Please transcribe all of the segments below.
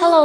Hello，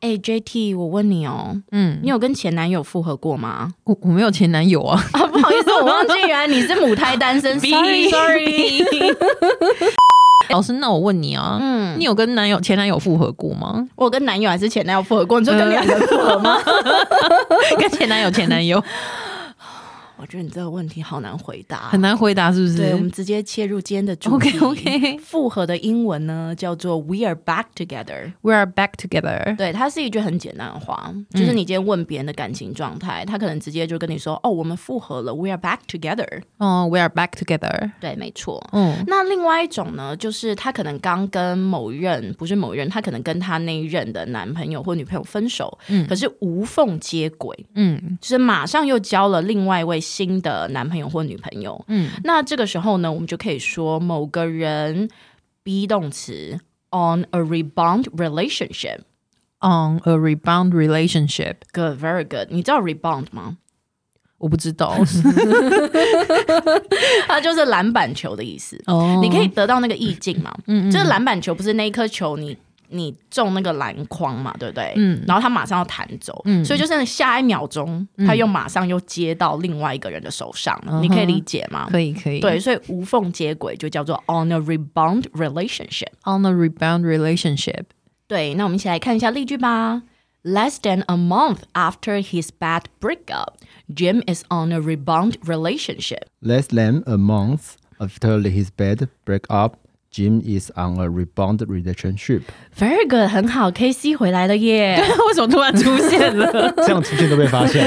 哎、j t 我问你哦，嗯，你有跟前男友复合过吗？我我没有前男友啊。啊，不好意思，我忘记原来你是母胎单 身 Sorry， sorry。 老师，那我问你啊，嗯？你有跟男友前男友复合过吗 我跟男友还是前男友复合过，你就跟两个人复合吗？跟前男友前男友我觉得你这个问题好难回答很。难回答，是不是？对，我们直接切入今天的主题。 OK，OK 复合的英文呢叫做 “We are back together”。 We are back together。对，它是一句很简单的话，就是你今天问别人的感情状态，他可能直接就跟你说：“哦，我们复合了，We are back together。哦、w e are back together。” 对，没错。嗯那另外一种呢，就是她可能刚跟某一任，不是某一任，她可能跟她那一任的男朋友或女朋友分手，嗯可是无缝接轨，嗯就是马上又交了另外一位新的男朋友或女朋友。嗯那这个时候呢，我们就可以说某个人 be 动词 on a rebound relationship。 ，On a rebound relationship。 Good, very good。你知道 rebound 吗？我不知 道。它就是篮板球的意思。哦你可以得到那个意境嘛？嗯就是篮板球不是那一颗球你。你中那个篮筐嘛，对不对？嗯然后他马上要弹走，嗯所以就是下一秒钟，他又马上又接到另外一个人的手上，嗯哼你可以理解吗？可以可以。对，所以无缝接轨就叫做 on a rebound relationship。 ，On a rebound relationship。对，那我们一起来看一下例句吧。Less than a month after his bad breakup, Jim is on a rebound relationship. Less than a month after his bad breakup, Jim is on a rebound relationship。 Very good，很好，K C 回来了耶！ 为什么突然出现了这样出现都被发现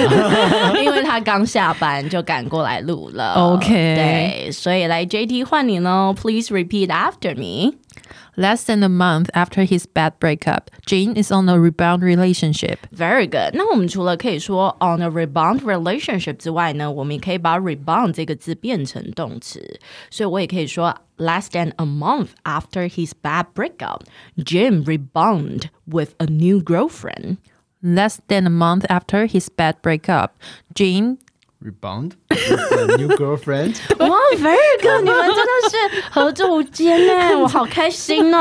了。因为他刚下班就赶过来录了。 OK 对，所以来 JT 换你喽，Please repeat after me。 ？Less than a month after his bad breakup, Jane is on a rebound relationship. Very good。那我们除了可以说 on a rebound relationship 之外呢，我们也可以把 rebound 这个字变成动词，所以我也可以说 less than a month after his bad breakup, Jim rebound with a new girlfriend。 Less than a month after his bad breakup, Jane Rebound with a new girlfriend。 哇，Very good！你们真的是合作无间 呢，我好开心哦！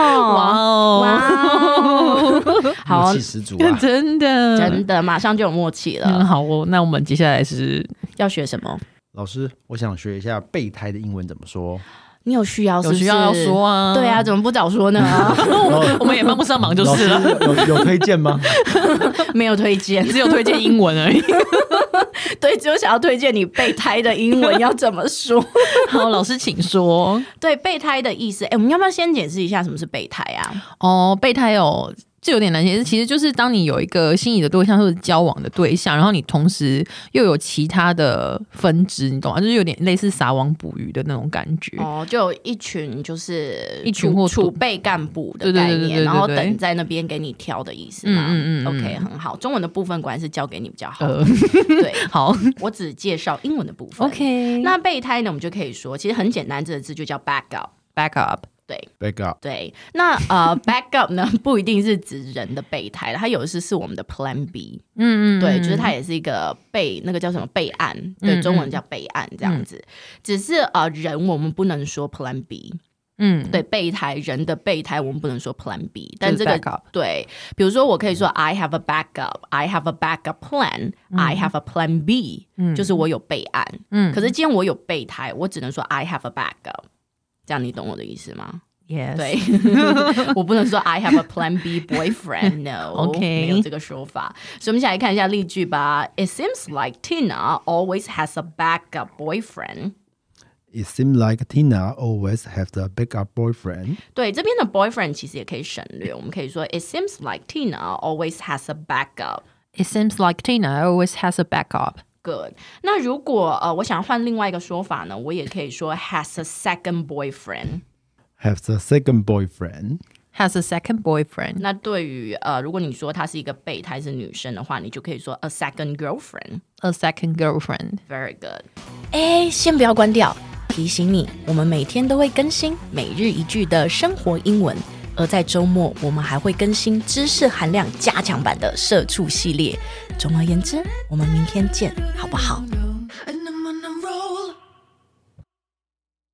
哇哦，哦，好默契，十足啊！ 真的真的马上就有默契了。嗯，好哦。那我们接下来是要学什么？老师，我想学一下备胎的英文怎么说。你有需要是不有是？需要要说啊，对啊，，怎么不早说 呢？ 我们也帮不上忙就老是师了，有有推荐 吗？没有推荐， 只有推荐英文而已。对，只有想要推荐你备胎的英 文要怎么说？好，老师请说。对，备胎的意思，哎，我们要不要先解释一下什么是备胎啊？哦，备胎哦，这有点难解释。其实就是当你有一个心仪的对象或者交往的对象，然后你同时又有其他的分支，你懂吗？就是有点类似撒网捕鱼的那种感觉。哦，就有一群就是一群储或储备干部的对对概对对对念，对然后对等在那边给你挑的意思嘛。嗯嗯嗯嗯 OK，很好，中文的部分果然是交给你比较好。呃，对好我只介绍英文的部分。 ，OK，那备胎呢，我们就可以说，其实很简单，这个字就叫 back up。 back up，对， Back up。对，那呃，backup 呢， 不一定是指人的备胎，它有的是是我们的 Plan B，嗯对，就是它也是一个备那个叫什么备案，对，嗯中文叫备案这样子。只是呃，人我们不能说 Plan B，嗯，对，备胎人的备胎我们不能说 Plan B，但就这是个 backup 对，比如说我可以说 I have a backup，I have a backup plan，I have a Plan B，、就是我有备案。嗯可是既然我有备胎，我只能说 I have a backup，这样你懂我的意思吗？ ，yes，对， 我不能说 I have a Plan B boyfriend，no， OK 没有这个说法。所以我们一起来看一下例句吧。It seems like Tina always has a backup boyfriend。 It seems like Tina always has a backup boyfriend. 对，这边的 boyfriend 其实也可以省略，我们可以说 It seems like Tina always has a backup。 It seems like Tina always has a backup. Good。那如果呃，我想换另外一个说法呢，我也可以说 has a second boyfriend。 Has a second boyfriend. has a second boyfriend。那对于呃，如果你说她是一个备胎是女生的话，你就可以说 a second girlfriend。 a second girlfriend。 Very good。哎，先不要关掉，提醒你，我们每天都会更新每日一句的生活英文，而在周末我们还会更新知识含量加强版的社畜系列。总而言之，我们明天见，好不好？